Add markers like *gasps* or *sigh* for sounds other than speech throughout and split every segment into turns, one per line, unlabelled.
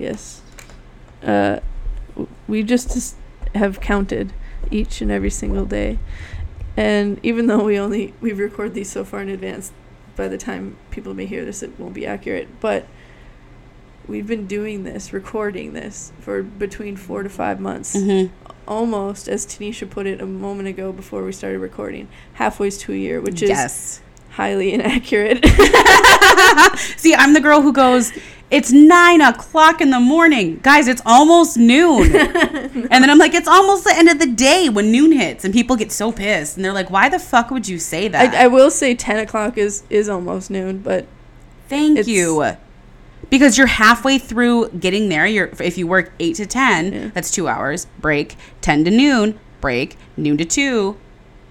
Yes. Uh, w- we just dis- have counted each and every single day. And even though we only we record these so far in advance, by the time people may hear this, it won't be accurate. But we've been doing this, recording this for between four to five months,
Mm-hmm.
almost as Tanisha put it a moment ago before we started recording, halfway to a year, which is
yes.
highly *laughs* inaccurate.
See, I'm the girl who goes, it's nine o'clock in the morning. Guys, it's
*laughs*
almost noon. And then I'm like, it's almost the end of the day when noon hits. And people get so pissed. And they're like, why the fuck would you say that?
I, I will say ten o'clock is is almost noon, but
Thank
It's-
you. Because you're halfway through getting there. You're if you work eight to ten,
Yeah.
that's two hours. Break ten to noon. Break noon to two.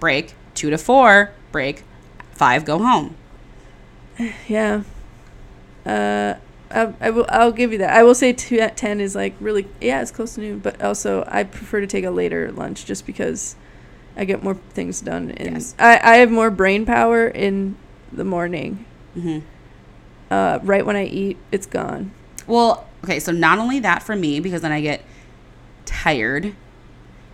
Break two to four. Break five. Go home.
Yeah. Uh, I, I will. I'll give you that. I will say two at ten is like really. Yeah, it's close to noon, but also I prefer to take a later lunch just because I get more things done. And
Yes.
I I have more brain power in the morning.
hmm
Uh, right when I eat, it's gone.
Well, okay. So not only that for me, because then I get tired,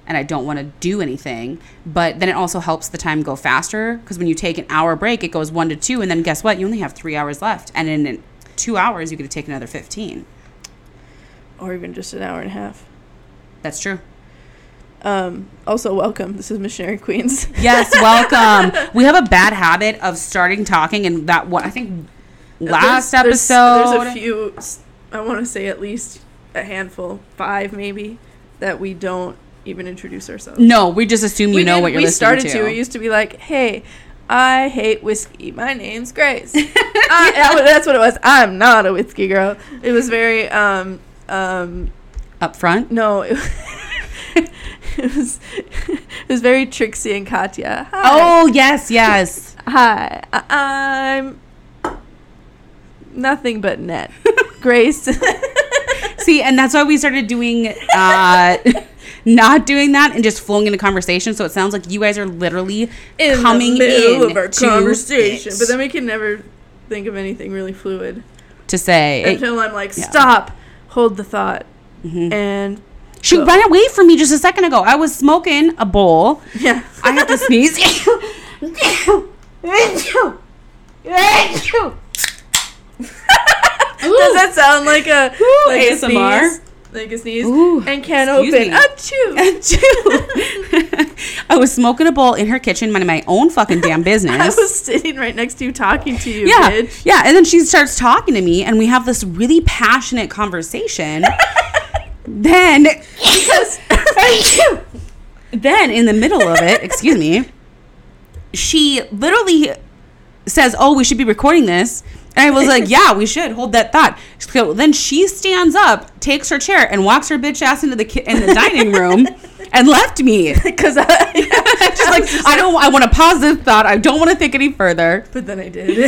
and I don't want to do anything. But then it also helps the time go faster because when you take an hour break, it goes one to two, and then guess what? You only have three hours left, and in two hours you get to take another fifteen.
Or even just an hour and a half.
That's true.
Um, also, welcome. This is Missionary Queens. *laughs*
Yes, *laughs* welcome. we have a bad habit of starting talking, and that one I think last
There's-
episode.
There's, there's a few. s- I want to say at least a handful, five maybe, that we don't even introduce ourselves.
no, we just assume you
we
know
did-
what you're
we
listening
started
to.
to. It used to be like, "Hey, I hate whiskey. My name's
*laughs*
Grace." I- that was- that's what it was. I'm not a whiskey girl. It was very um um
Up front,
no. It, *laughs* it was *laughs* it was very Trixie and Katya. Hi,
oh yes, yes.
hi. I- I'm nothing but
*laughs*
net. Grace.
See, and that's why we started doing, uh, *laughs* not doing that, and just flowing into conversation. So it sounds like you guys are literally coming in
of our
to
conversation,
it.
but then we can never think of anything really fluid.
to say,
until I'm like,
yeah.
stop, hold the thought,
Mhm.
and *laughs*
she
go.
ran away from me just a second ago. I was smoking a bowl.
yeah,
I have to sneeze.
*laughs*
*laughs*
does that sound like a
Ooh,
like a
ASMR?
sneeze? Like a sneeze,
Ooh,
and can't
excuse
open.
me.
Achoo!
I was smoking a bowl in her kitchen, minding my own
*laughs*
fucking
*laughs*
damn
I
business.
was sitting right next to you, talking to you,
yeah,
bitch.
yeah. And then she starts talking to me, and we have this really passionate conversation. then,
*laughs* Because
then in the middle of it, excuse me, she literally says, "Oh, we should be recording this." And I was like, "Yeah, we should hold that thought." So then she stands up, takes her chair, and walks her bitch ass into the ki- in the dining room, and left me.
*laughs*
*laughs*
because I *laughs*
She's like, I don't. I want to pause this thought. I don't want to think any further.
but then I did. *laughs*
Yeah,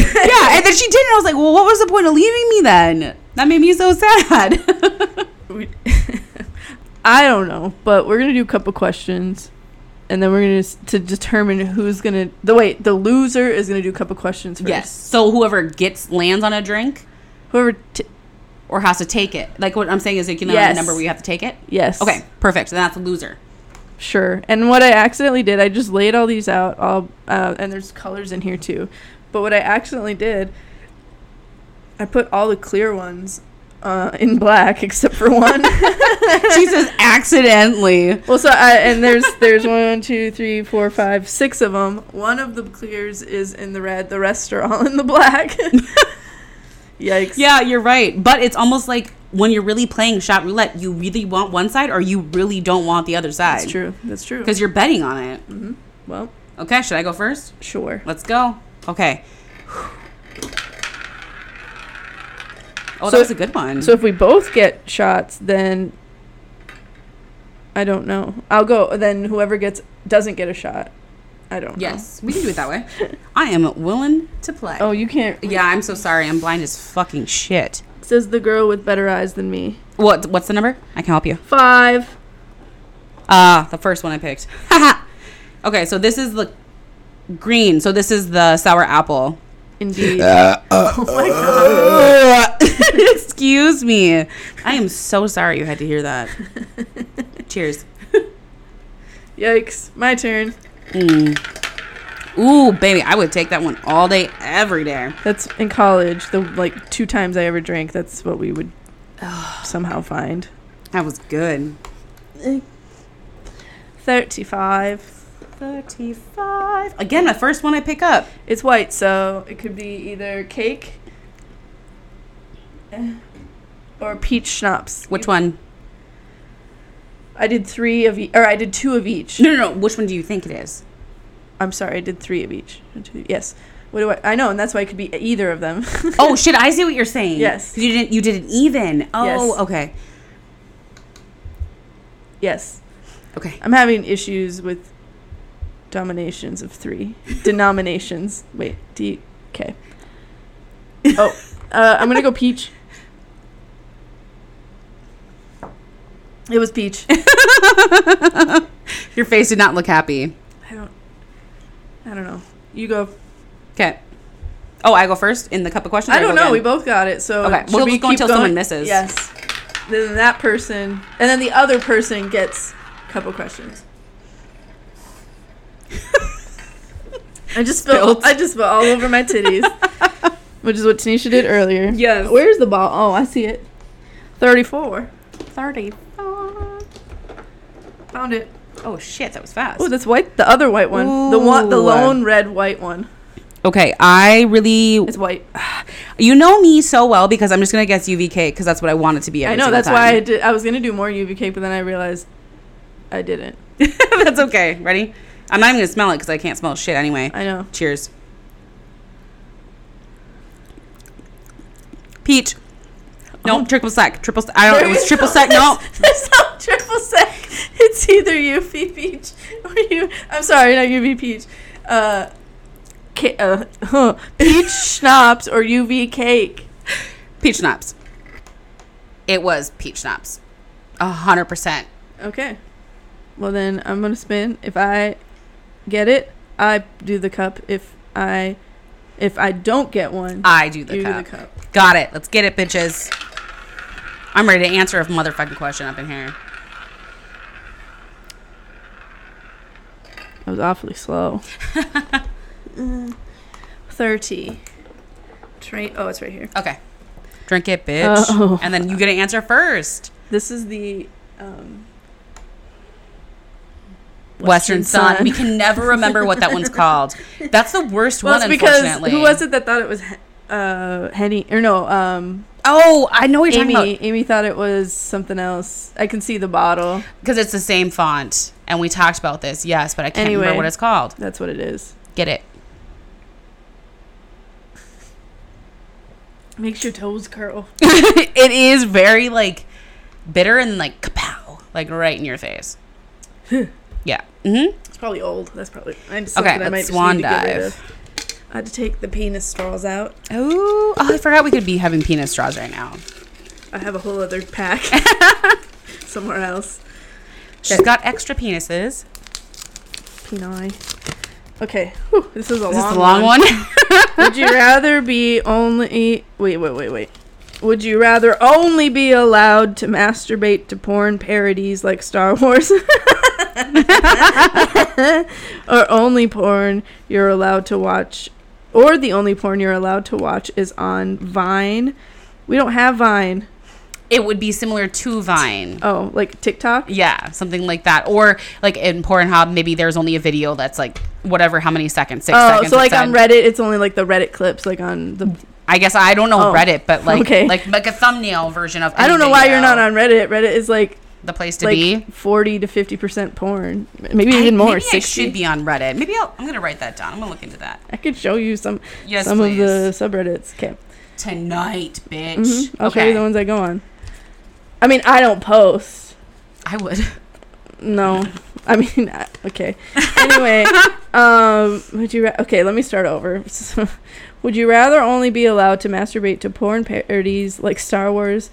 and then she didn't. I was like, well, what was the point of leaving me then? That made me so sad. *laughs*
We- *laughs* I don't know, but we're gonna do a couple questions, and then we're gonna s- to determine who's gonna the wait the loser is gonna do a couple questions first.
yes. So whoever gets lands on a drink
Whoever. T-
or has to take it. Like what I'm saying is, like you know,
Yes.
the number where you have to take it.
yes.
Okay, perfect. Then that's
*laughs*
a loser.
Sure. And what I accidentally did, I just laid all these out, all uh, and there's colors in here too. But what I accidentally did, I put all the clear ones uh, in black *laughs* except for one.
she says accidentally.
well, so I, and there's there's one, two, three, four, five, six of them. One of the clears is in the red. The rest are all in the black. *laughs* Yikes.
Yeah, you're right. But it's almost like when you're really playing shot roulette, you really want one side or you really don't want the other side.
that's true. That's true.
Because you're betting on it.
Well,
Okay, should I go first?
sure.
Let's go. Okay. *sighs* Oh,
So-
that was a good one.
So if we both get shots, then I don't know. I'll go. Then whoever gets doesn't get a shot. I don't.
yes, we can do it that way. *laughs* I am willing to play.
Know. Oh, you can't.
yeah, I'm so sorry. I'm blind as fucking shit.
Says the girl with better eyes than me.
What? What's the number? I can help you.
Five.
Ah, the first one I picked. *laughs* okay, so this is the green. So this is the sour apple.
Indeed.
Excuse *laughs* Excuse me. I am so sorry you had to hear *laughs* that. Cheers.
Yikes. My turn.
Mm. Ooh, baby, I would take that one all day, every day.
That's in college. The like two times I ever drank, that's what we would somehow find.
That was good.
35.
35. Again, the first one I pick up.
It's white, so it could be either cake eh, or peach schnapps.
Which one?
I did three of, e- or I did two of each.
No, no, no. Which one do you think it
*laughs*
is?
I'm sorry, I did three of each. One, two- Yes. What do I? I know, and that's why it could be either of them. *laughs*
Oh, shit. I see what you're saying.
Yes.
'Cause You didn't. You did it even. Oh,
Yes.
okay.
yes.
Okay.
I'm having issues with dominations of three denominations. Wait, D K. Oh, uh, I'm gonna go peach. It was peach.
Your face did not look happy.
I don't. I don't know. You go.
Okay. Oh, I go first in the cup of questions. or
I don't
go
know.
again?
We both got it. So
Okay,
should
we'll just go
keep
until someone misses.
Yes. Then that person, and then the other person gets a couple *laughs* questions. I just spilled.
Spilled.
I just spilled all over my *laughs* titties, which is what Tanisha did earlier.
Yes.
Where's the ball? Oh, I see it. Thirty-four.
Thirty-five.
Found it.
Oh shit, that was fast.
Oh, that's white. The other white one. The one. The
Ooh.
lone red white one.
Okay, I really *sighs*
It's white.
you know me so well because I'm just gonna guess UVK because that's what I want it to be.
I
every
know.
single
That's why I
time.
did. I was gonna do more UVK, but then I realized I didn't.
*laughs* that's okay. Ready? I'm not even gonna smell it because I can't smell shit anyway.
I know.
Cheers. Peach. No, triple sec. Triple. Sec. I don't.
Oh. There
it was
is
triple
no- *laughs*
sec. No.
There's, there's no triple sec. It's either you be peach or you. I'm sorry, not UV peach. Uh, ca- uh, huh, peach schnapps or UV cake.
Peach schnapps. It was peach schnapps. A hundred percent.
Okay. Well then, I'm gonna spin. If I get it, I do the cup. If I, if I don't get one,
I do the,
you
cup.
do the cup.
Got it. Let's get it, bitches. I'm ready to answer a motherfucking question up in here.
That was awfully
*laughs*
slow. Uh, Thirty. Train. Oh, it's right here.
Okay. Drink it, bitch.
Oh.
And then you get an answer first.
This is the um,
Western, Sun. We can never remember what that one's called. That's the worst
*laughs* Well,
one,
it's because
unfortunately.
who was it that thought it was H- uh, Henny or no? Um,
Oh, I know what you're talking
Amy.
about.
Amy thought it was something else. I can see the bottle.
Because it's the same font. And we talked about this, yes, but I can't
Anyway.
remember what it's called.
That's what it is.
Get
*laughs*
it.
Makes your toes curl.
it is very, like, bitter and, like, kapow. Like, right in your face. yeah. Mm-hmm.
It's probably old. That's probably. I'm just
Okay,
I might
let's
just
swan
need to get rid
dive.
of. I had to take the penis straws out.
Oh, oh, I forgot we could be having penis straws right now.
I have a whole other
*laughs*
pack somewhere else.
She's got extra penises.
Peni. Okay. Whew, this is a
Is
long.
this the long
one.
one?
Would you rather be only wait wait wait wait? Would you rather only be allowed to masturbate to porn parodies like Star Wars, *laughs* or only porn you're allowed to watch, or the only porn you're allowed to watch is on Vine? We don't have Vine.
it would be similar to Vine.
Oh, like TikTok.
Yeah, something like that. Or like in Pornhub, maybe there's only a video that's like whatever, how many seconds, six
Oh,
seconds.
so
it
like on
said.
Reddit, it's only like the Reddit clips, like on the.
I guess I don't know
Oh,
Reddit, but like
okay.
like like a thumbnail version of.
I
any
don't know why you're
video.
not on Reddit. Reddit is like
the place to
like
be.
40 to 50 percent porn maybe
I-
even more
Maybe
60
I should be on Reddit. Maybe I'll, I'm gonna write that down. I'm gonna look into that
I could show you some
Yes,
some
please.
of the subreddits okay
tonight, bitch.
Mhm. i'll show you the ones i go on i mean i don't post
I would.
no i mean *laughs* I, okay
*laughs*
anyway um would you ra- okay let me start over *laughs* would you rather only be allowed to masturbate to porn parodies like star wars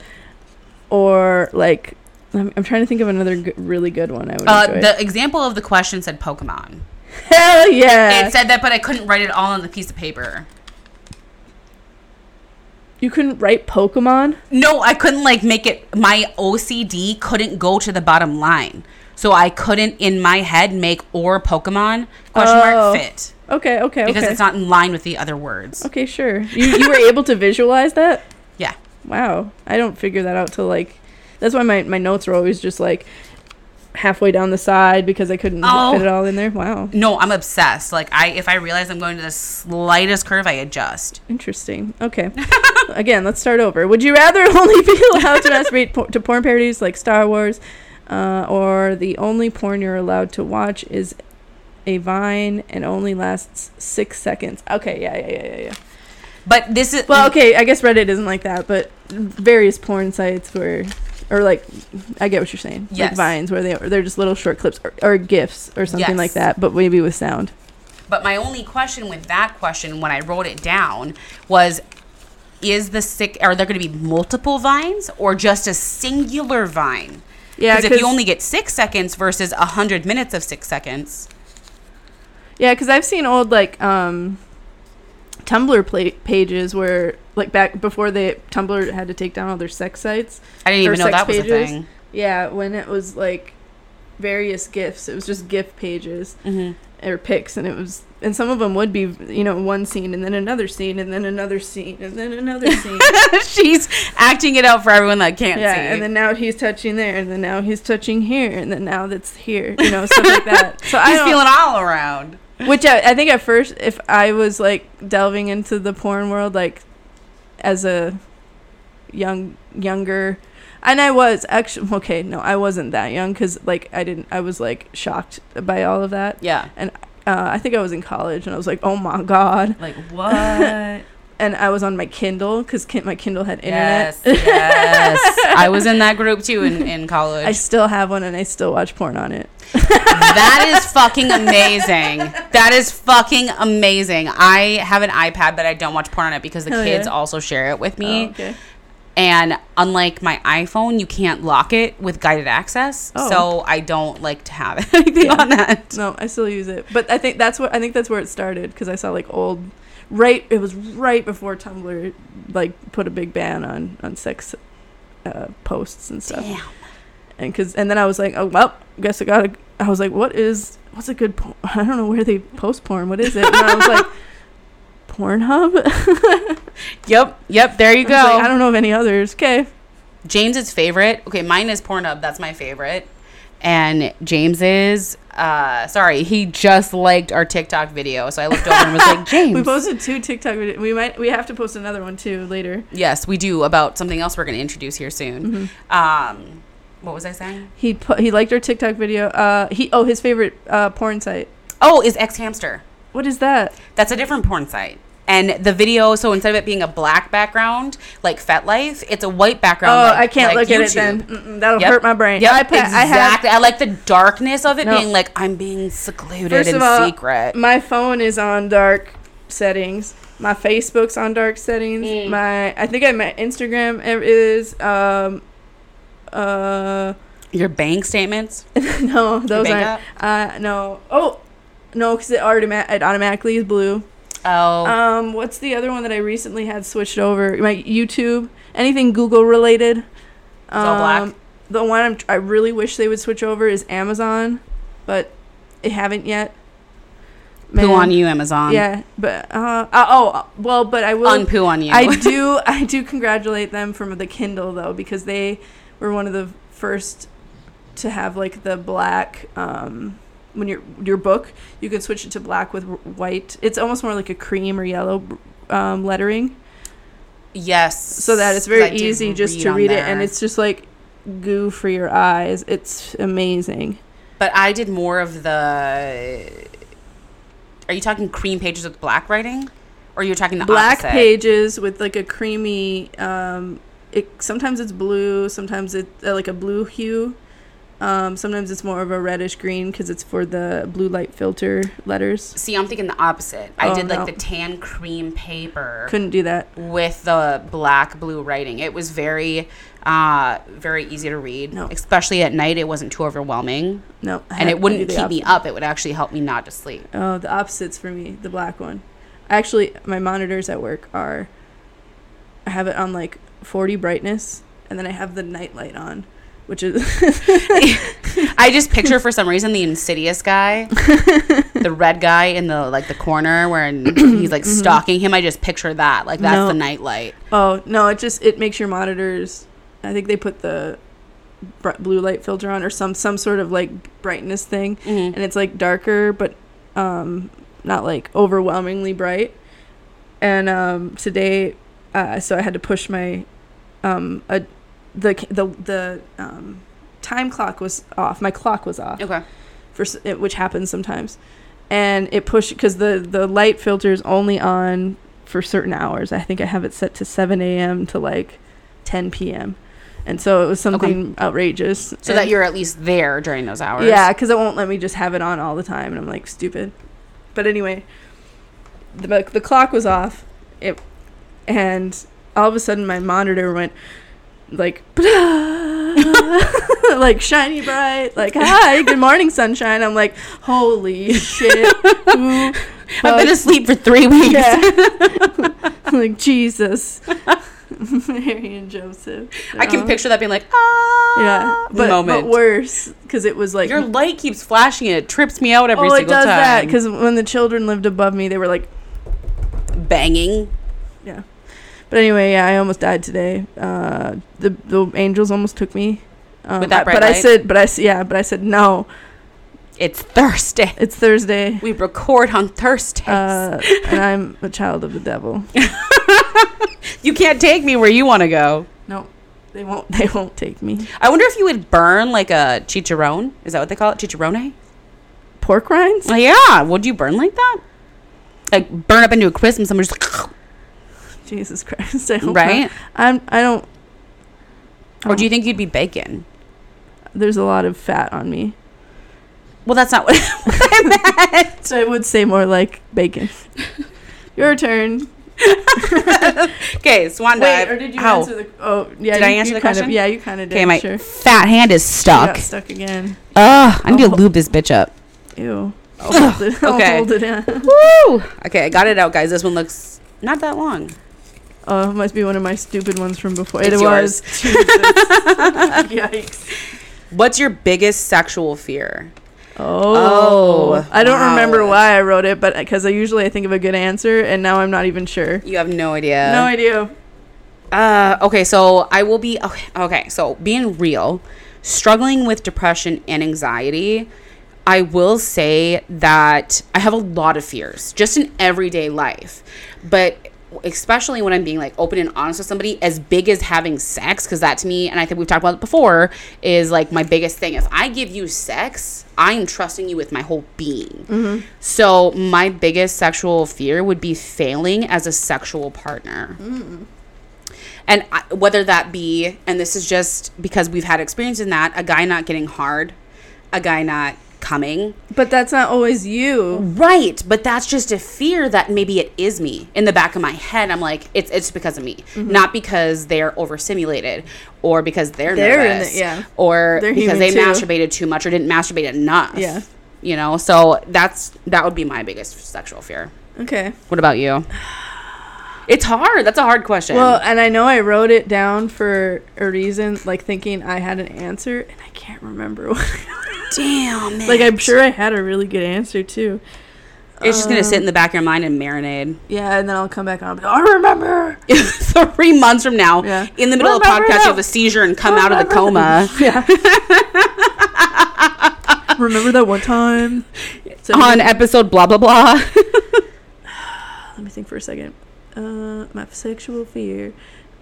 or like i'm, I'm trying to think of another g- really good one i would
Uh,
enjoy.
the example of the question said Pokemon.
hell yeah
It said that, but I couldn't write it all on the piece of paper.
You couldn't write Pokemon.
No, I couldn't like make it. My OCD couldn't go to the bottom line, so I couldn't in my head make or Pokemon question
Oh.
mark fit
Okay, okay,
because
okay.
it's not in line with the other words.
okay, sure. You you were able to visualize that.
*laughs* Yeah.
Wow, I don't figure that out till like. That's why my my notes are always just like halfway down the side because I couldn't
Oh.
fit it all in there. Wow,
No, I'm obsessed. Like I, if I realize I'm going to the slightest curve, I adjust.
interesting.
*laughs*
Okay, again, let's start over. Would you rather *laughs* only be allowed to masturbate por- to porn parodies like Star Wars, uh, or the only porn you're allowed to watch is a vine and only lasts six seconds? Okay, yeah, yeah, yeah, yeah, yeah.
But this is
Well, okay, I guess Reddit isn't like that, but various porn sites where, or like, I get what you're saying. Like
Yes.
vines where they they're just little short clips or, or gifs or something like
Yes.
that, but maybe with sound.
But my only question with that question, when I wrote it down, was is the sick are there going to be multiple vines or just a singular vine?
Yeah,
because if you only get six seconds versus a hundred minutes of six seconds,
yeah, because I've seen old like um, Tumblr pla pages where like back before they Tumblr had to take down all their sex sites.
I didn't
Or
even know
sex
that was
pages.
a thing.
Yeah, when it was like various gifs, it was just gif pages.
Mm-hmm.
or pics and it was and some of them would be you know one scene and then another scene and then another scene and then
*laughs*
another scene
She's acting it out for everyone that can't
yeah
see.
and then now he's touching there and then now he's touching here and then now that's here you know stuff like that so i
He's
don't,
feeling all around.
which I, I think at first if i was like delving into the porn world like as a young younger and i was actually okay no i wasn't that young because like i didn't i was like shocked by all of that
Yeah,
uh, i think i was in college and i was like oh my god
like what?
and I was on my Kindle because kin- my Kindle had internet.
yes, yes. I was in that group too in in college.
I still have one and I still watch porn on it.
*laughs* that is fucking amazing. That is fucking amazing. I have an iPad, but I don't watch porn on it because the
Hell
kids
yeah.
also share it with me.
Oh, okay.
And unlike my iPhone, you can't lock it with guided access.
Oh.
So I don't like to have *laughs* anything
Yeah.
on that.
No, I still use it, but I think that's what I think that's where it started because I saw like old, right? It was right before Tumblr like put a big ban on on sex uh, posts and stuff.
Damn.
and cause and then I was like, oh well, guess I gotta. I was like, what is what's a good? Por- *laughs* I don't know where they post porn. What is it? And I was
*laughs*
like, *laughs* Pornhub.
Yep. Yep. There you
I was
go.
like, I don't know of any others. Okay,
James's favorite. Okay, mine is Pornhub. That's my favorite. And James's, uh, sorry, he just liked our TikTok video. So I looked over and was like,
*laughs*
James.
We posted two TikTok videos. We might we have to post another one too later.
Yes, we do about something else we're going to introduce here soon.
Mm-hmm.
Um, what was I saying?
He put, he liked our TikTok video. Uh, he oh his favorite uh, porn site.
Oh, is X Hamster.
What is that?
That's a different porn site. And the video, so instead of it being a black background like FetLife, it's a white background.
oh,
like-
I can't
like
look at it
YouTube.
then. Mm-mm, that'll
Yep.
hurt my brain.
Yep,
I pa- I have
exactly. I, like the darkness of it
No.
being like I'm being secluded
First
in
of all,
secret.
my phone is on dark settings. My Facebook's on dark settings.
Mm.
My I think I my Instagram e- is um uh *laughs*
Your bank statements,
no
your
those
bank
aren't uh no oh no because it automa- it automatically is blue.
app. Oh,
Um, what's the other one that I recently had switched over? My YouTube, anything Google related. It's
all black.
The one I'm, I really wish they would switch over is Amazon, but they haven't yet.
poo on you, Amazon.
Yeah, but uh, uh, oh uh, well, but I will.
on poo on *laughs* you.
I do I do congratulate them from the Kindle though because they were one of the first to have like the black um when your your book you can switch it to black with r- white. It's almost more like a cream or yellow um, lettering
yes,
so that it's
'cause
very
I did
easy just to
on
read it
there.
and it's just like goo for your eyes. It's amazing.
But I did more of the. Are you talking cream pages with black writing, or you're talking the
black
opposite?
pages with like a creamy um it sometimes it's blue sometimes it uh, like a blue hue um sometimes it's more of a reddish green because it's for the blue light filter letters
See, I'm thinking the opposite. I
Oh,
did
no.
like the tan cream paper
couldn't do that
with the black blue writing. It was very, uh, very easy to read.
No.
Especially at night, it wasn't too overwhelming,
no I
and
had
it
to
wouldn't
do
keep
the
me up. It would actually help me not to sleep.
opposite. oh the opposites for me the black one actually my monitors at work are I have it on like 40 brightness, and then I have the night light on, which is *laughs*
I just picture for some reason the insidious
*laughs*
guy, the red guy in the like the corner where
*clears throat*
in- he's like stalking him. I just picture that. Like that's
Mm-hmm. No.
the nightlight.
oh no, it just it makes your monitors. I think they put the br- blue light filter on or some some sort of like brightness thing,
Mm-hmm.
and it's like darker but um not like overwhelmingly bright and um today uh so i had to push my um a, the ca- the the um time clock was off my clock was off
Okay.
for s- it, which happens sometimes and it pushed because the the light filter is only on for certain hours i think i have it set to 7 a.m to like 10 p.m and so it was something outrageous
So
and-
that you're at least there during those hours.
yeah, because it won't let me just have it on all the time, and I'm like stupid. But anyway, the but the clock was off, it, and all of a sudden my monitor went like *laughs* like shiny bright, like hi, good morning sunshine. I'm like holy shit, who
*laughs* I've been asleep for three
*laughs*
weeks.
yeah. like Jesus, *laughs* Mary and Joseph.
*laughs* I can
Oh.
picture that being like, ah,
Yeah, but,
moment.
but worse because it was like
Your light keeps flashing. It trips me out every
oh, it
single
does
time.
that because when the children lived above me, they were like,
banging.
yeah. But anyway, yeah, I almost died today. Uh, the the angels almost took me. Um,
With that
I-
bright
but I
light?
said, but I s- yeah, but I said no.
It's Thursday.
It's Thursday,
We record on Thursdays.
uh, and I'm a child of the devil.
you can't take me where you want to go.
No, they won't. They won't take me.
I wonder if you would burn like a chicharron. Is that what they call it? Chicharrone?
Pork rinds?
Well, Uh, yeah. Would you burn like that? Like burn up into a crisp and someone's just *laughs*
Jesus Christ! *laughs* I hope
right?
Not. I'm. I don't.
Or do you think you'd be bacon?
There's a lot of fat on me,
Well, that's not *laughs* what I meant.
so I would say more like
*laughs*
bacon. Your turn.
Okay, swan
Wait,
dive.
or did you
Ow.
answer the? Oh, yeah.
Did
you,
I answer
you kind
the question?
Of, yeah, you kind of did.
Okay, my
sure. You
fat hand is stuck.
got stuck again.
Ugh, I need to
Oh.
lube this bitch up.
Ew. I'll hold
*laughs*
it. I'll
okay.
hold it in. *laughs*
Woo! Okay, I got it out, guys. This one looks not that long.
Oh, it must be one of my stupid ones from before.
It's
it
yours. *laughs*
was. Jesus. Yikes.
What's your biggest sexual fear?
Oh.
Oh,
I don't
wow.
remember why I wrote it, but because I usually I think of a good answer, and now I'm not even sure.
You have no idea.
no idea.
Uh, okay, so I will be okay, okay, So being real, struggling with depression and anxiety, I will say that I have a lot of fears just in everyday life, but especially when I'm being like open and honest with somebody, as big as having sex, because that to me, and I think we've talked about it before, is like my biggest thing. If I give you sex, I am trusting you with my whole being. So my biggest sexual fear would be failing as a sexual partner and I, whether that be and this is just because we've had experience in that a guy not getting hard a guy not coming
But that's not always you.
right but that's just a fear that maybe it is me in the back of my head i'm like it's it's because of me not because they're overstimulated or because they're,
They're in
nervous
it, yeah.
or
They're
because
human
they
too.
masturbated too much or didn't masturbate enough
Yeah.
you know so that's that would be my biggest sexual fear
Okay.
what about you *sighs* it's hard that's a hard question
Well, and I know I wrote it down for a reason, like thinking I had an answer, and I can't remember. *laughs* what-
damn it.
like I'm sure I had a really good answer too.
It's just gonna sit
Um,
in the back of your mind and marinate. *laughs*
Yeah, and then I'll come back and I'll be like, I remember.
Three months from now,
Yeah.
in the middle of
Remember
a podcast, you
that-
have a seizure and come out of the coma
Yeah.
*laughs*
remember that one time? So
on episode blah blah blah.
let me think for a second. Uh, my sexual fear.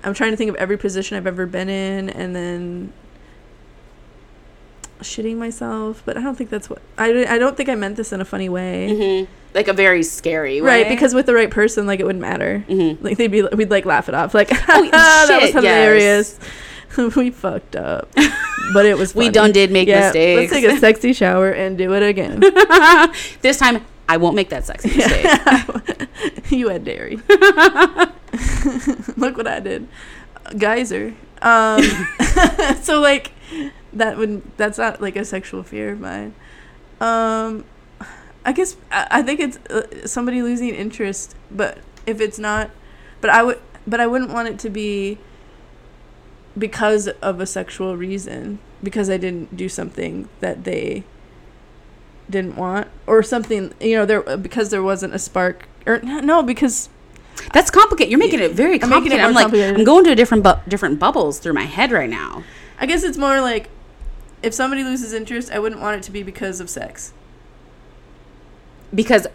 I'm trying to think of every position I've ever been in, and then shitting myself. But I don't think that's what I. I don't think I meant this in a funny way.
Like a very scary,
Mm-hmm. Right,
way.
because with the right person, like it wouldn't matter. *laughs*
Mhm.
Like they'd be, we'd like laugh it off, like *laughs* "Ah,
Oh,
that was
shit,
hilarious. *laughs* we fucked up, but it was.
*laughs* we
funny.
done did make
Yeah, Let's
mistakes.
take a sexy shower and do it again.
this time, I won't make that *laughs* sexy
*laughs*
mistake.
you had dairy. Look what I did, geyser. Um, *laughs* so like that would that's not like a sexual fear of mine. Um, I guess I, I think it's uh, somebody losing interest, but if it's not, but I would but I wouldn't want it to be because of a sexual reason because I didn't do something that they didn't want or something you know there because there wasn't a spark or no because
*laughs* That's complicated. You're making it very
I'm making it
complicated. I'm,
more
like
complicated.
I'm going to different bu- different bubbles through my head right now.
I guess it's more like if somebody loses interest I wouldn't want it to be because of sex
because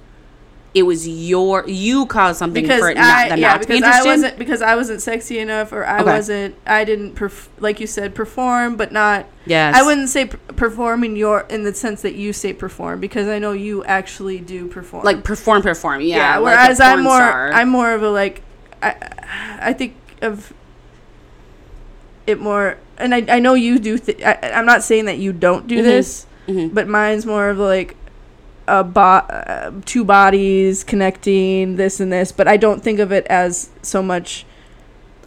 it was your you caused something
because
for it not,
I
them
yeah
not to be
because I
interested.
wasn't because I wasn't sexy enough or I
Okay.
wasn't I didn't perf- like you said perform but not
yes,
I wouldn't say p- perform in your in the sense that you say perform because I know you actually do perform
like perform, perform. Yeah,
yeah,
like a
whereas i'm
porn
more
star.
i'm more of a like i i think of it more and i, I know you do th- I, i'm not saying that you don't do
Mhm.
not do this
Mhm.
but mine's more of like a bo- uh, two bodies connecting this and this but i don't think of it as so much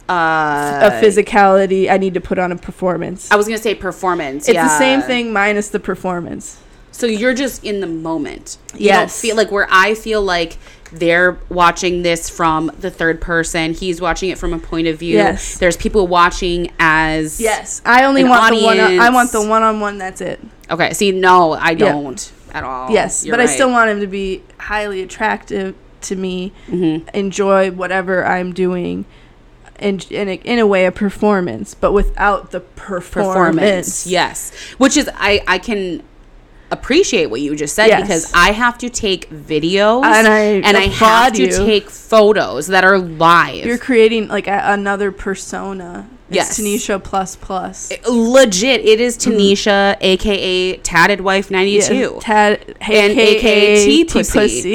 uh,
a physicality i need to put on a performance
I was gonna say performance.
it's the
yeah.
same thing minus the performance
So you're just in the moment. You don't
Yes.
feel like where I feel like they're watching this from the third person. He's watching it from a point of view.
Yes.
There's people watching as
yes i only
An
want the one i
audience.
want the one-on-one that's it
Okay. See, no, I
Yeah.
don't at all.
Yes,
Oh, You're
but I
right.
still want him to be highly attractive to me,
Mhm.
enjoy whatever I'm doing, and in a, in a way a performance, but without the performance.
performance. Yes. Which is I I can appreciate what you just said
Yes.
because I have to take videos
And I
and I have
applaud
to
you.
take photos that are live.
You're creating like a, another persona. It's
Yes.
Tanisha plus plus.
legit it is Tanisha aka Tatted Wife 92.
Mm-hmm. Yeah, Tad,
and aka T pussy.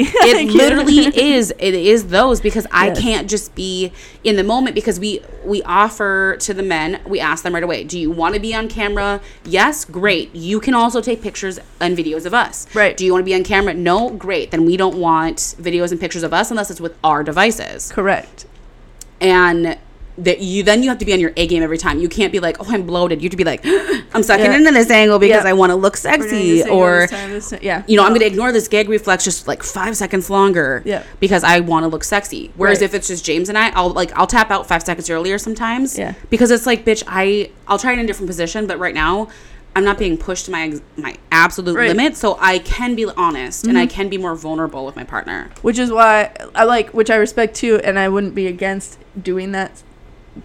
*laughs*
It
Yeah. *laughs*
literally is. It is those because I
Yes.
can't just be in the moment because we we offer to the men. We ask them right away. Do you want to be on camera? Yes, great. You can also take pictures and videos of us.
Right.
Do you want to be on camera? No, great. Then we don't want videos and pictures of us unless it's with our devices
correct.
and that you then you have to be on your A game every time. You can't be like, oh, I'm bloated. You have to be like, *gasps* I'm sucking
Yeah.
into this angle because
Yeah.
I want to look
We're doing
sexy,
this angle,
or
this time, this time- yeah,
you know, I'm going to ignore this gag reflex just like five seconds longer
Yeah.
because I want to look sexy. Whereas
Right.
if it's just James and I, I'll like I'll tap out five seconds earlier sometimes.
Yeah.
Because it's like, bitch, I I'll try it in a different position, but right now I'm not being pushed to my ex- my absolute
Right. Mm-hmm.
limit, so I can be honest and I can be more vulnerable with my partner.
which is why I like, which I respect too, and I wouldn't be against doing that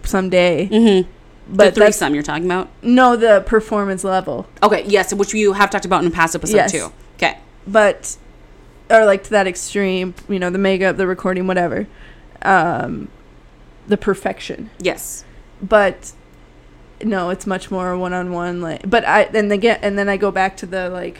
someday.
Mm-hmm.
But
the
that's
threesome you're talking about.
No, the performance level,
Okay, yes, which you have talked about in a past episode
Yes.
too. Okay.
but or like to that extreme, you know, the makeup, the recording, whatever, um, the perfection.
Yes.
But no, it's much more one on one. Like, but I then again, and then I go back to the like,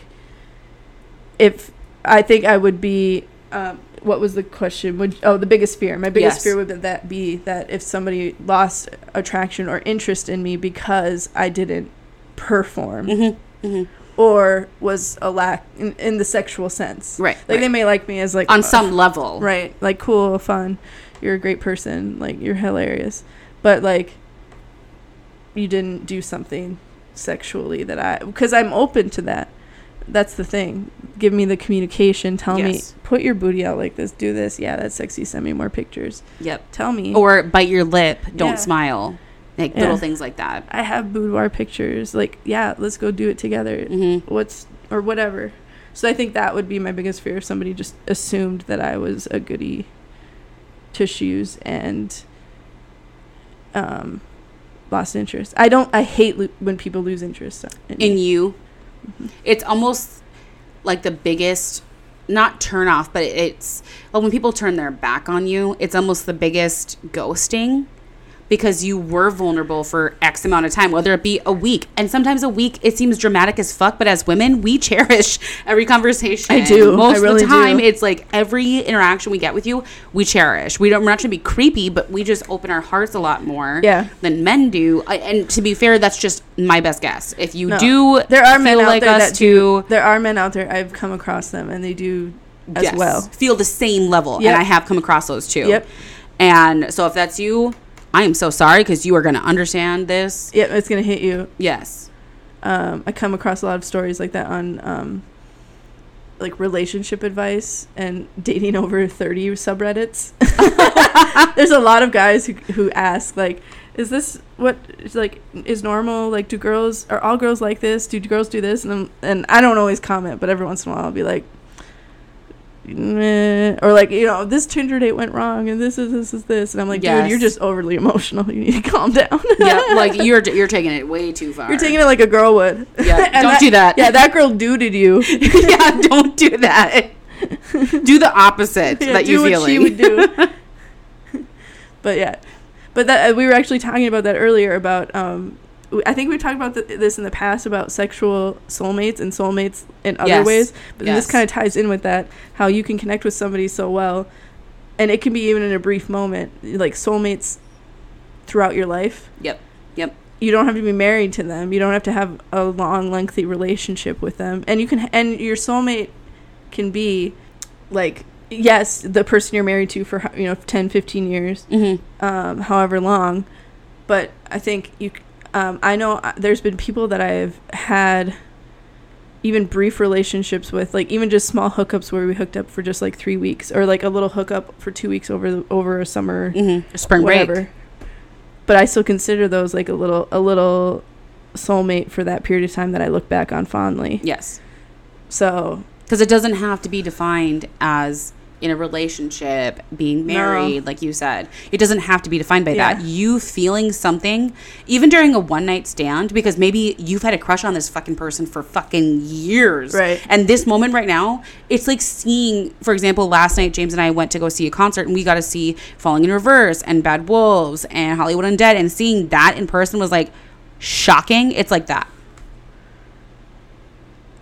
if I think I would be, um, what was the question? Would oh the biggest fear? My biggest
Yes.
fear would that be that if somebody lost attraction or interest in me because I didn't perform.
Mm-hmm. Mm-hmm.
or was a lack in, in the sexual sense.
Right.
Like
right.
they may like me as like
on
uh,
some level.
right, like cool, fun. You're a great person. Like you're hilarious, but like you didn't do something sexually that I because I'm open to that. That's the thing. Give me the communication. Tell
Yes.
me, put your booty out like this. Do this. Yeah, that's sexy. Send me more pictures.
Yep.
Tell me.
Or bite your lip, don't
Yeah.
smile. Like
Yeah.
little things like that.
I have boudoir pictures. Like, yeah, let's go do it together.
Mm-hmm.
what's or whatever. So I think that would be my biggest fear if somebody just assumed that I was a goody tissues and um lost interest. I don't I hate lo- when people lose interest in,
In you. It's almost like the biggest not turn off, but it's well, when people turn their back on you, it's almost the biggest ghosting because you were vulnerable for X amount of time, whether it be a week. And sometimes a week it seems dramatic as fuck, but as women, we *laughs* cherish every conversation.
I do.
Most
I
of
really
the time,
do.
it's like every interaction we get with you, we cherish. We don't we're not trying to be creepy, but we just open our hearts a lot more
Yeah.
than men do. I- And to be fair, that's just my best guess. If you
No.
do
There are men
feel
out
like
there
us
that
too
There are men out there I've come across them and they do as
yes,
well.
feel the same level
Yep.
and i have come across those too
Yep.
and so if that's you i am so sorry because you are going to understand this
Yep, it's going to hit you. *laughs*
yes
Um I come across a lot of stories like that on um like relationship advice and *laughs* dating over 30 subreddits. *laughs* There's a lot of guys who who ask like is this what is like is normal like do girls are all girls like this do girls do this and I'm, and I don't always comment but every once in a while I'll be like Meh. or like you know this Tinder date went wrong and this is this is this and I'm like dude
Yes.
you're just overly *laughs* emotional you need to calm down
yeah, like you're you're taking it way too far.
*laughs* you're taking it like a girl would
Yeah,
*laughs* And
don't do that.
yeah that girl duded *laughs* you
*laughs* yeah, don't do
*laughs*
that. Do the opposite
Yeah,
that
do
you
what
feeling.
she would do. *laughs* but yeah, but that uh, we were actually talking about that earlier about um, w- I think we talked about th- this in the past about sexual soulmates and soulmates in other
Yes.
ways. But then this
Yes.
kind of ties in with that how you can connect with somebody so well, and it can be even in a brief moment, like soulmates throughout your life.
Yep. Yep.
You don't have to be married to them. You don't have to have a long, lengthy relationship with them, and you can and your soulmate can be like yes the person you're married to for ho- you know 10 15 years
Mm-hmm.
um, however long but i think you c- um, i know uh, there's been people that i've had even brief relationships with like even just small hookups where we hooked up for just like three weeks or like a little hookup for two weeks over the, over a summer
Mm-hmm. Spring break.
whatever but i still consider those like a little a little soulmate for that period of time that i look back on fondly
Yes,
so
because it doesn't have to be defined as in a relationship, being
No.
married, like you said. It doesn't have to be defined by that.
Yeah.
You feeling something, even during a one night stand, because maybe you've had a crush on this fucking person for fucking years.
Right.
And this moment right now, it's like seeing, for example, last night James and I went to go see a concert and we got to see Falling in Reverse and Bad Wolves and Hollywood Undead. And seeing that in person was like shocking. It's like that.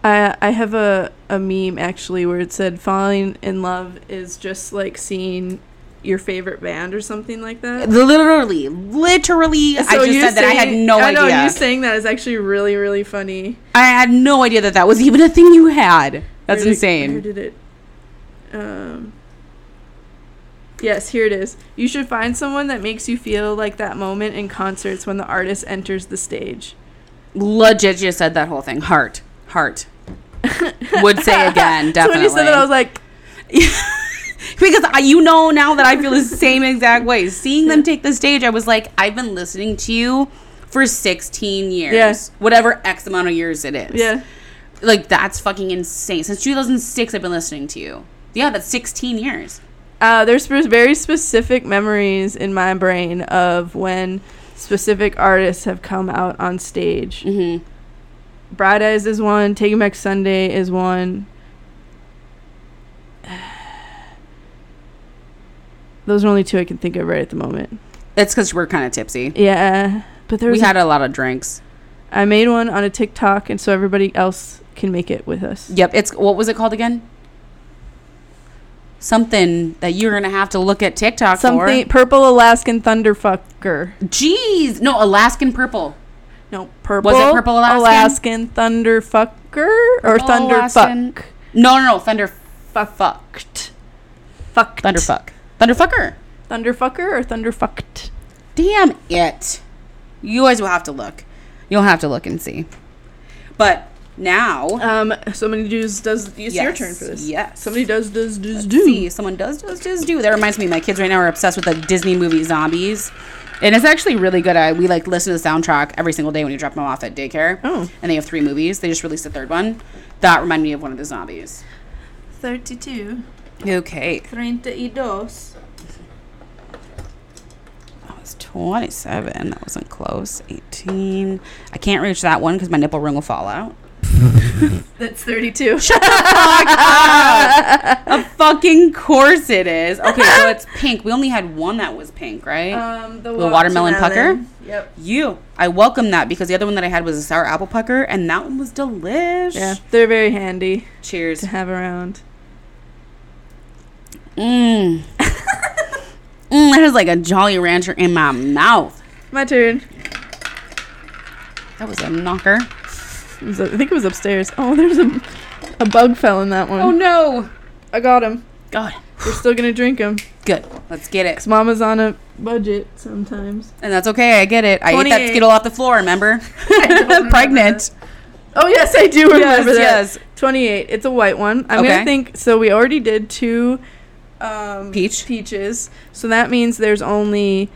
I I have a, a meme actually where it said falling in love is just like seeing your favorite band or something like that.
Literally, literally, I
So
just
you
said that I had
saying-
no
I know,
idea.
You saying that is actually really really funny.
I had no idea that that was even a thing you had. That's
Where did- Where
insane.
did it? Um. Yes, here it is. You should find someone that makes you feel like that moment in concerts when the artist enters the stage.
Legit, just said that whole thing. Heart, heart. Would say *laughs* again,
So when
definitely.
you said that, I was like,
because I, you know now that I feel the same exact way. Seeing them take the stage, I was like, I've been listening to you for 16 years,
Yeah.
whatever X amount of years it is.
yeah,
like that's fucking insane. Since 2006, I've been listening to you. Yeah, that's 16 years.
Uh, there's sp- very specific memories in my brain of when specific artists have come out on stage.
Mm-hmm.
Bright Eyes is one. Taking Back Sunday is one. *sighs* Those are only two I can think of right at the moment.
That's because we're kind of tipsy.
Yeah, but there
We
was.
had a lot of drinks.
I made one on a TikTok, and so everybody else can make it with us.
Yep. It's what was it called again? Something that you're gonna have to look at TikTok
Something purple Alaskan thunderfucker.
for. Jeez, no, Alaskan purple.
No, purple.
Purple Alaskan?
Alaskan thunderfucker or
Purple Alaskan-
thunderfuck?
No, no, no, thunder, fuck, fuck,
fucked. Fucked.
thunderfuck, thunderfucker.
Thunderfucker or thunderfucked?
Damn it! You guys will have to look. You'll have to look and see. But now,
Um, somebody does does. It's your
Yes,
turn for this.
yes.
Somebody does does does
Let's
do.
See, someone does does does do. That reminds me, my kids right now are obsessed with the Disney movie Zombies, and it's actually really good. I we like listen to the soundtrack every single day when you drop them off at daycare.
Oh.
and they have three movies. They just released the third one. That reminded me of one of the zombies.
32,
Okay,
32.
that was twenty-seven. That wasn't close. Eighteen. I can't reach that one because my nipple ring will fall *laughs* out.
That's 32.
Oh A fucking course it is. Okay, so it's pink. We only had one that was pink, right?
Um, the,
watermelon pucker?
Yep.
You. I welcome that because the other one that I had was a sour apple pucker, and that one was delish.
Yeah, they're very handy
Cheers.
to have around.
*laughs* Mmm. mm, that is like a Jolly Rancher in my mouth.
My turn.
That was a knocker.
It was, I think it was upstairs. Oh, *laughs* there's a a bug fell in that one.
Oh no.
I got him.
God.
We're still gonna drink him.
Good. Let's get it.
Cause Mama's on a budget sometimes.
And that's okay. I get it. I ate that
28.
*laughs* Skittle off the floor, remember?
don't remember
Pregnant.
Oh yes, I do remember that.
yes.
28. It's a white one. I'm
Okay.
gonna think. So we already did two um,
Peach.
peaches. So that means there's only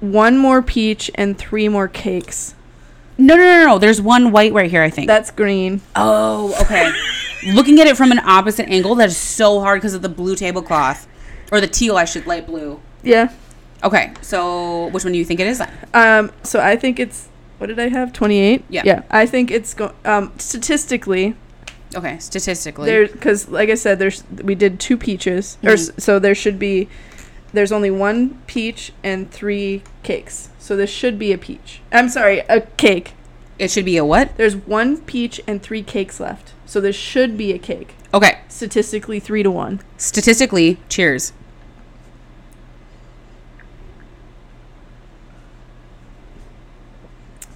one more peach and three more cakes.
No, no, no, no. There's one white right here, I think.
That's green.
oh, *laughs* okay. Looking at it from an opposite angle, that is so hard because of the blue tablecloth. Or the teal, I should, light blue.
Yeah.
Okay, so which one do you think it is? then?
Um. So I think it's. What did I have? 28.
Yeah.
Yeah. I think it's go- um statistically
Okay, statistically.
there because like I said there's we did two peaches or s- so there should be there's only one peach and three cakes so this should be a peach I'm sorry a cake
it should be a what?
There's one peach and three cakes left. So there should be a cake.
Okay,
Statistically, three to one.
statistically, cheers.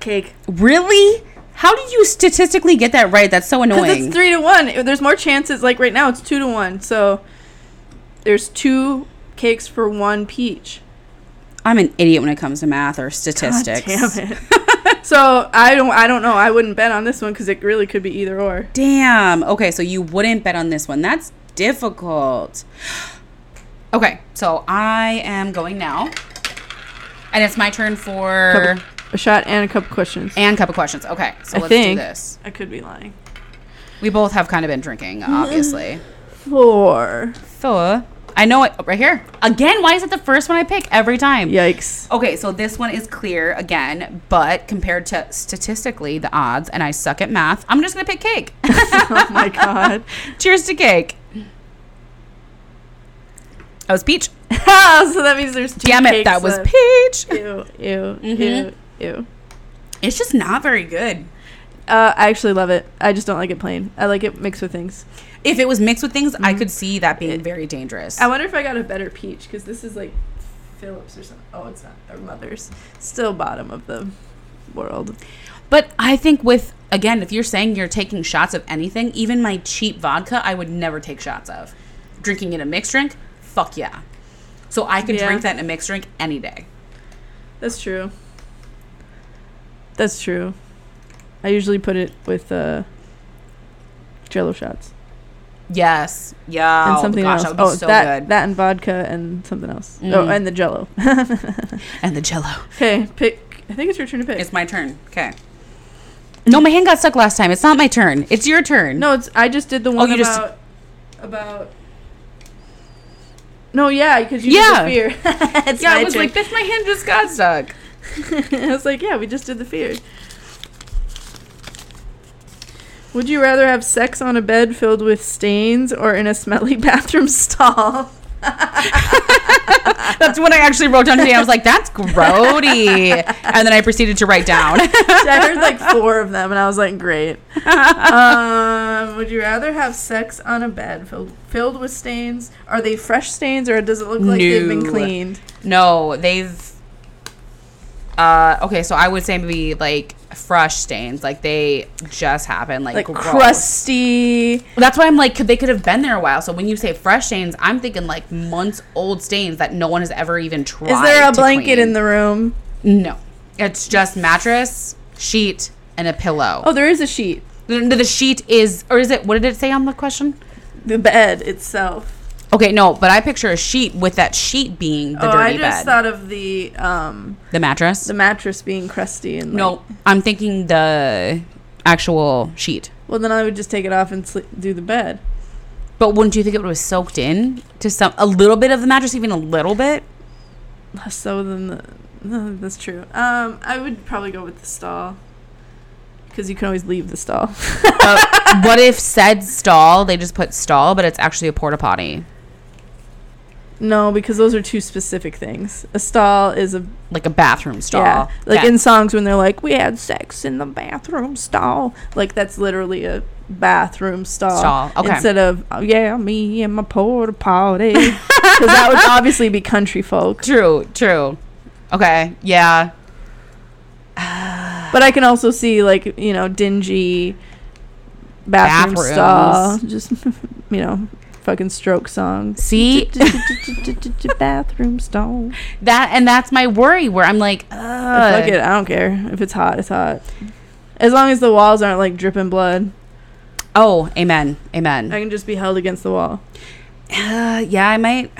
Cake.
Really? How did you statistically get that right? That's so
Because
annoying.
it's three to one. It- There's more chances. Like right now, it's two to one. So there's two cakes for one peach.
I'm an idiot when it comes to math or statistics.
Damn it.
*laughs*
so I don't. I don't know. I wouldn't bet on this one because it really could be either or.
Damn. Okay, so you wouldn't bet on this one. That's difficult. Okay, so I am going now. And it's my turn for
Couple- a shot and a couple questions.
and cup of questions. Okay, so
I
let's
think.
do this.
I could be lying.
We both have kind of been drinking, obviously.
Four.
so I know it right here. Again, why is it the first one I pick every time?
Yikes.
*laughs*
*laughs*
Okay, so this one is clear again, but compared to statistically the odds, and I suck at math, I'm just gonna pick cake. *laughs*
oh my god. *laughs*
Cheers to cake. That was peach.
so that means there's two.
Damn it,
cakes
that was
left.
peach.
Ew. Ew.
Mhm.
Ew. Ew.
It's just not very good.
Uh, I actually love it. I just don't like it plain. I like it mixed with things.
If it was mixed with things, I could see that being very dangerous.
I wonder if I got a better peach because this is like Phillips or something. Oh, it's not. Or Mother's. Still bottom of the world.
But I think with again, if you're saying you're taking shots of anything, even my cheap vodka, I would never take shots of. Drinking in a mixed drink, fuck yeah. So I could
Yeah.
drink that in a mixed drink any day.
That's true. That's true. I usually put it with uh, Jello shots
Yes. Yeah.
and something
gosh,
else.
That would be
oh,
so
that
good.
that and vodka and something else. Oh,
Mm.
and the Jello.
and the jello.
Okay, pick. I think it's your turn to pick.
*laughs* It's my turn. Okay. No, my hand got stuck last time. It's not my turn. It's your turn.
No, it's I Oh, just did the one
you
about
just-
about. No, yeah, because you
Yeah.
did the fear. *laughs* It's
yeah,
my
I was
turn.
like, this. My hand just got stuck.
*laughs* I was like, yeah, we just did the fear. Would you rather have sex on a bed filled with stains or in a smelly *laughs* bathroom stall?
That's what I actually wrote down today. I was like, that's *laughs* grody. and then I proceeded to write down.
I heard like four of them, and I was like, great. Um, would you rather have sex on a bed filled filled with stains? Are they fresh stains, or does it look like they've been
No.
cleaned?
No, they've. Uh, okay, so I would say maybe like fresh stains, like they just happened, like,
Like
gross.
crusty.
That's why I'm like, could they could have been there a while. So when you say fresh stains, I'm thinking like months old stains that no one has ever even tried.
Is there a
to
blanket
clean.
in the room?
No, it's just mattress, sheet, and a pillow.
Oh, there is a sheet.
The, the sheet is, or is it? What did it say on the question?
The bed itself.
Okay, no, but I picture a sheet with that sheet being the
oh,
dirty
I just
bed,
thought of the um
the mattress.
the mattress being crusty and like,
no, I'm thinking the actual sheet.
Well, then I would just take it off and sli do the bed.
But wouldn't you think it was soaked in to some a little bit of the mattress, even a little bit?
Less so than the. *laughs* No, that's true. Um, I would probably go with the stall. Because you can always leave the stall. *laughs*
Uh, what if said stall they just put stall, but it's actually a porta potty,
No, because those are two specific things. A stall is a
like a bathroom stall?
yeah, like
That-
in songs when they're like, "We had sex in the bathroom stall." Like that's literally a bathroom stall.
Stall, okay.
Instead of oh, yeah, me and my porta
*laughs*
potty, because that would obviously be country folk.
True, true. Okay, yeah.
But I can also see like you know dingy bathroom
Bathrooms.
stall, just *laughs* you know fucking stroke
*laughs*
songs.
See
*laughs* bathroom stall.
that, and that's my worry. Where I'm like, Ugh.
Fuck it, I don't care if it's hot. It's hot. As long as the walls aren't like dripping blood,
Oh, amen. Amen.
I can just be held against the wall.
Uh, yeah, I might.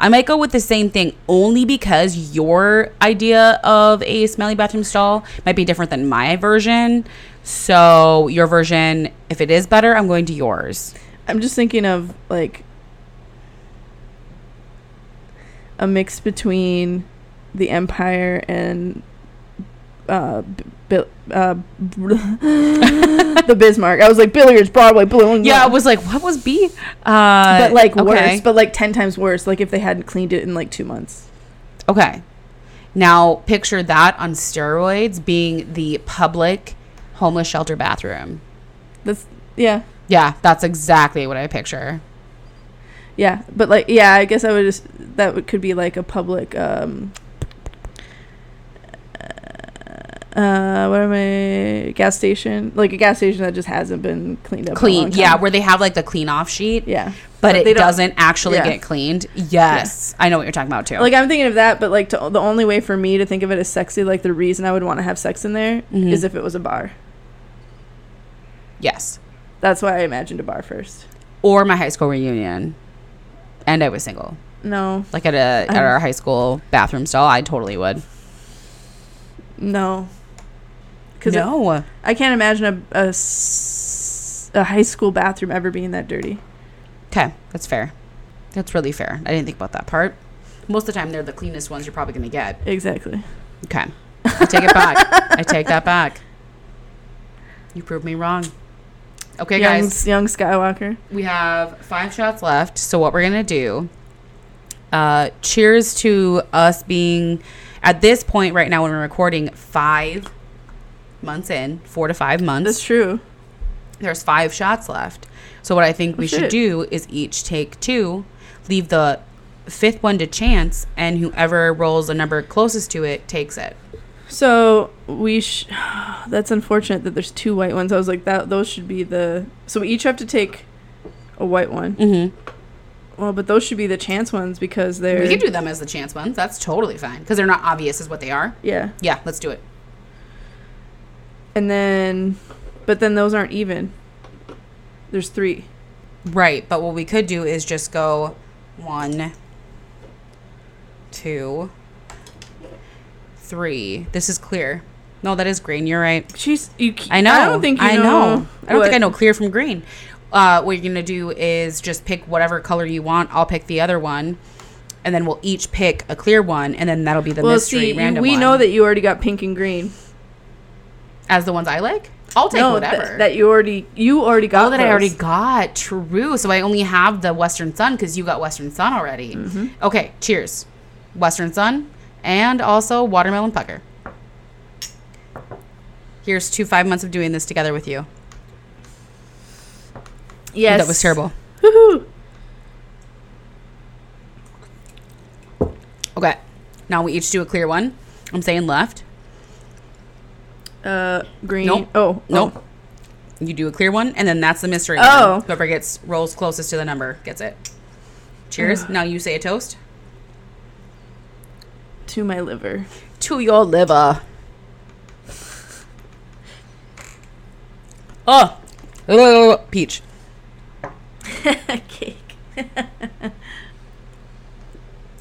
I might go with the same thing only because your idea of a smelly bathroom stall might be different than my version. So, your version, if it is better, I'm going to yours.
I'm just thinking of like a mix between the Empire and uh, b- Bill- uh, *laughs* the Bismarck. I was like billiards, Broadway, blue. and
Yeah, I
yellow.
was like, what was B? Uh,
but like
okay.
worse, but like ten times worse. Like if they hadn't cleaned it in like two months.
Okay. Now, picture that on steroids being the public homeless shelter bathroom.
That's yeah,
Yeah, that's exactly what I picture.
yeah. But like yeah, I guess I would just that would, could be like a public. um uh, what am I? Gas station, like a gas station that just hasn't been cleaned up. in a long
Clean.
time.
Yeah, where they have like the clean off sheet.
yeah.
but,
But
it
they don't-
doesn't actually
yeah.
get cleaned. Yes, I know what you're talking about too.
Like I'm thinking of that, but like to, the only way for me to think of it as sexy, like the reason I would want to have sex in there is
Mhm.
if it was a bar.
yes,
That's why I imagined a bar first.
or my high school reunion, and I was single.
No,
Like at a at
Um,
our high school bathroom stall, I totally would.
no, because
No,
I can't imagine a, a s- a high school bathroom ever being that dirty.
okay, that's fair. That's really fair. I didn't think about that part. Most of the time, they're the cleanest ones you're probably gonna get.
Exactly.
Okay, I take it back. I take that back. You proved me wrong. Okay,
young,
guys.
young Skywalker.
We have five shots left. So what we're gonna do? Uh, cheers to us being at this point right now when we're recording five months in, four to five months.
That's true.
There's five shots left. So what I think we
Oh,
should
shit.
do is each take two, leave the fifth one to chance, and whoever rolls the number closest to it takes it.
So we sh- *sighs* that's unfortunate that there's two white ones. I was like that those should be the so we each have to take a white one.
Mm-hmm.
Well, but those should be the chance ones because they're
We could do them as the chance ones. That's totally fine because they're not obvious, is what they are.
yeah.
Yeah, let's do it.
And then but then those aren't even. There's 3.
Right, but what we could do is just go one, two, three. This is clear. No, that is green. You're right.
She's you c-
I know.
I don't think you
I
know.
I don't think
what-
I know clear from green. Uh, what you're gonna do is just pick whatever color you want. I'll pick the other one, and then we'll each pick a clear one, and then that'll be the
Well,
mystery
see, you,
random.
we
one.
know that you already got pink and green.
as the ones I like. I'll take
no,
whatever.
that, that you already you already got.
Oh, that I
those.
already got. True. So I only have the Western Sun because you got Western Sun already.
Mm-hmm.
Okay. Cheers. Western Sun and also Watermelon Pucker. Here's two five months of doing this together with you.
Yes,
That was terrible.
Woohoo.
Okay. Now we each do a clear one. I'm saying left.
Uh, green.
Nope.
Oh,
Nope.
oh.
You do a clear one, and then that's the mystery.
Oh.
one. Whoever gets rolls closest to the number gets it. Cheers. now you say a toast.
To my liver.
to your liver. Oh, *laughs* Ugh, peach.
Cake.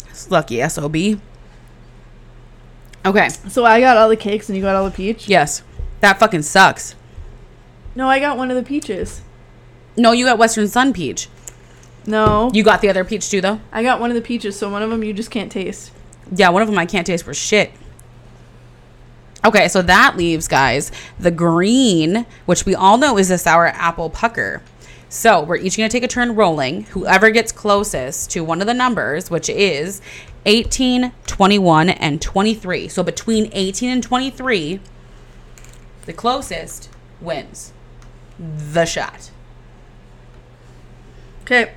It's lucky sob. Okay.
So I got all the cakes and you got all the peach.
Yes, that fucking sucks.
No, I got one of the peaches.
No, you got Western Sun peach.
No,
You got the other peach too, though.
I got one of the peaches. So one of them you just can't taste.
Yeah, one of them I can't taste for shit. Okay, so that leaves, guys, the green, which we all know is the sour apple pucker. So we're each going to take a turn rolling. Whoever gets closest to one of the numbers, which is 18, 21, and 23. So between 18 and 23, the closest wins the shot.
Okay.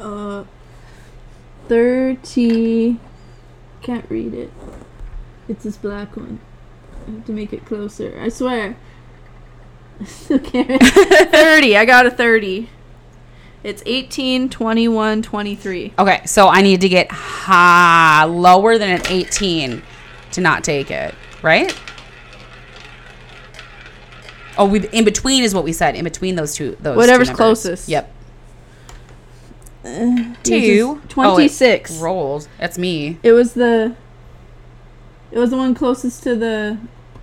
Uh, thirty. Can't read it. It's this black one. I have to make it closer. I *laughs*
*laughs*
swear. I still can't. read- thirty. I got a thirty. It's 18, 21, 23.
Okay, so I need to get high, lower than an 18 to not take it, right? Oh, we in between is what we said. In between those two, those two
Whatever's
numbers.
closest.
Yep.
You
Two.
just-
Oh, it
26.
rolled. That's me.
It was the it was the one closest to the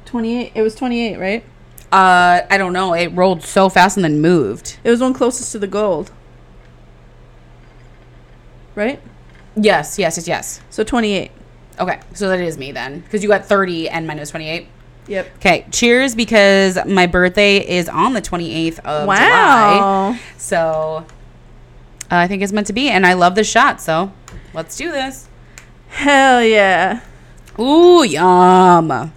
28. It was 28, right?
Uh, I don't know. It rolled so fast and then moved.
It was the one closest to the gold. Right?
Yes, yes, yes, yes.
So 28.
Okay, so that is me then, because you got 30 and mine was 28.
Yep.
Okay, cheers because my birthday is on the 28th of Um, July.
Wow.
So uh, I think it's meant to be, and I love this shot. So let's do this.
Hell yeah.
Ooh, yum.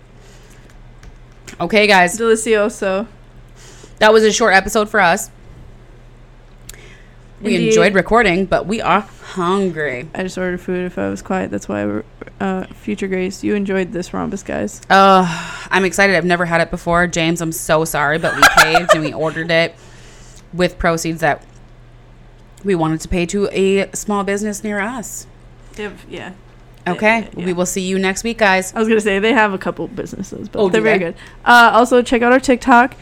Okay, guys,
Delicioso.
that was a short episode for us. We
Indeed.
enjoyed recording, but we are hungry.
I just ordered food if I was quiet. That's why we're, uh, Future Grace, you enjoyed this rhombus, guys.
Uh, I'm excited. I've never had it before. James, I'm so sorry,
*laughs*
but we caved and we ordered it with proceeds that we wanted to pay to a small business near us.
yeah.
Okay.
Yeah, yeah.
We will see you next week, guys.
I was gonna say they have a couple businesses, but
Oh, do
they're very
they?
good. Uh, also, check out our TikTok.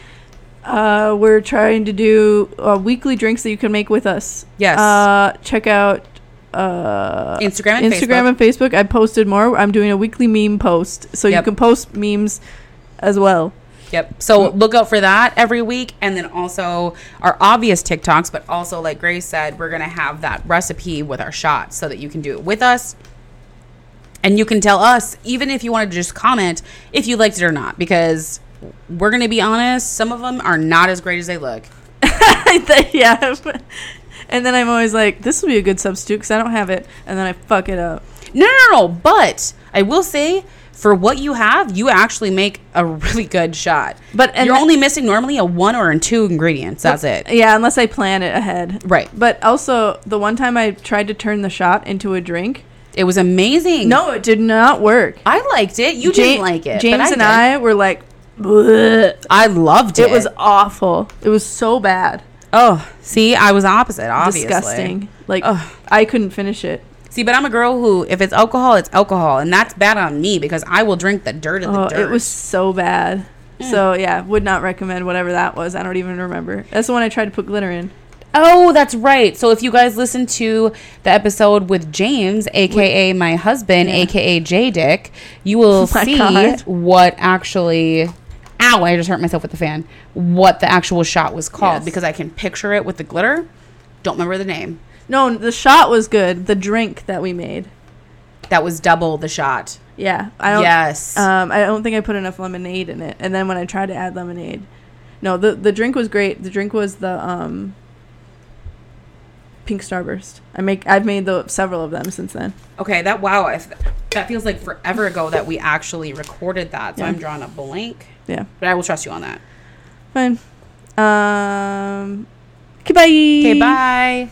Uh, we're trying to do uh, weekly drinks that you can make with us.
Yes.
Uh, check out uh,
Instagram and
Instagram
Facebook.
and Facebook. I posted more. I'm doing a weekly meme post, so
Yep.
you can post memes as well. *laughs*
Yep. So look out for that every week. And then also our obvious TikToks, but also, like Grace said, we're going to have that recipe with our shots so that you can do it with us. And you can tell us, even if you wanted to just comment, if you liked it or not, because we're going to be honest, some of them are not as great as they look.
yeah. And then I'm always like, this will be a good substitute because I don't have it, and then I fuck it up.
No, no, no. But I will say, for what you have, you actually make a *laughs* really good shot.
But- and-
you're only missing normally a one or two ingredients. That's it.
Yeah, unless I plan it ahead.
Right.
But also, the one time I tried to turn the shot into a drink,
It was amazing.
No, it did not work.
Mm. I liked it. You
Ja-
didn't like it.
James
but I
and
did.
I were like, "Bleh."
I loved it.
it was awful. It was so bad,
oh, see, I was opposite. Obviously,
disgusting. Like
Ugh.
I couldn't finish it.
See, but I'm a girl who, if it's alcohol, it's alcohol, and that's bad on me because I will drink the dirt of the
Oh,
dirt. Mm.
it was so bad. So yeah, would not recommend whatever that was. I don't even remember. That's the one I tried to put glitter in.
Oh, that's right. So if you guys listen to the episode with James, aka my husband, aka J Dick, you *laughs* will
my
see
God.
what actually Ow, I just hurt myself with the fan. What the actual shot was called
Yes.
because I can picture it with the glitter. Don't remember the name.
No, the shot was good. The drink that we made.
That was double the shot.
Yeah, I don't.
Yes.
Um, I don't think I put enough lemonade in it. And then when I tried to add lemonade, no, the the drink was great. The drink was the um. Pink Starburst. I make. I've made the several of them since then.
Okay, that wow, I, that feels like forever ago that we actually recorded that. So I'm drawing a blank,
Yeah.
but I will trust you on that.
Fine. Um. Goodbye.
Okay, bye.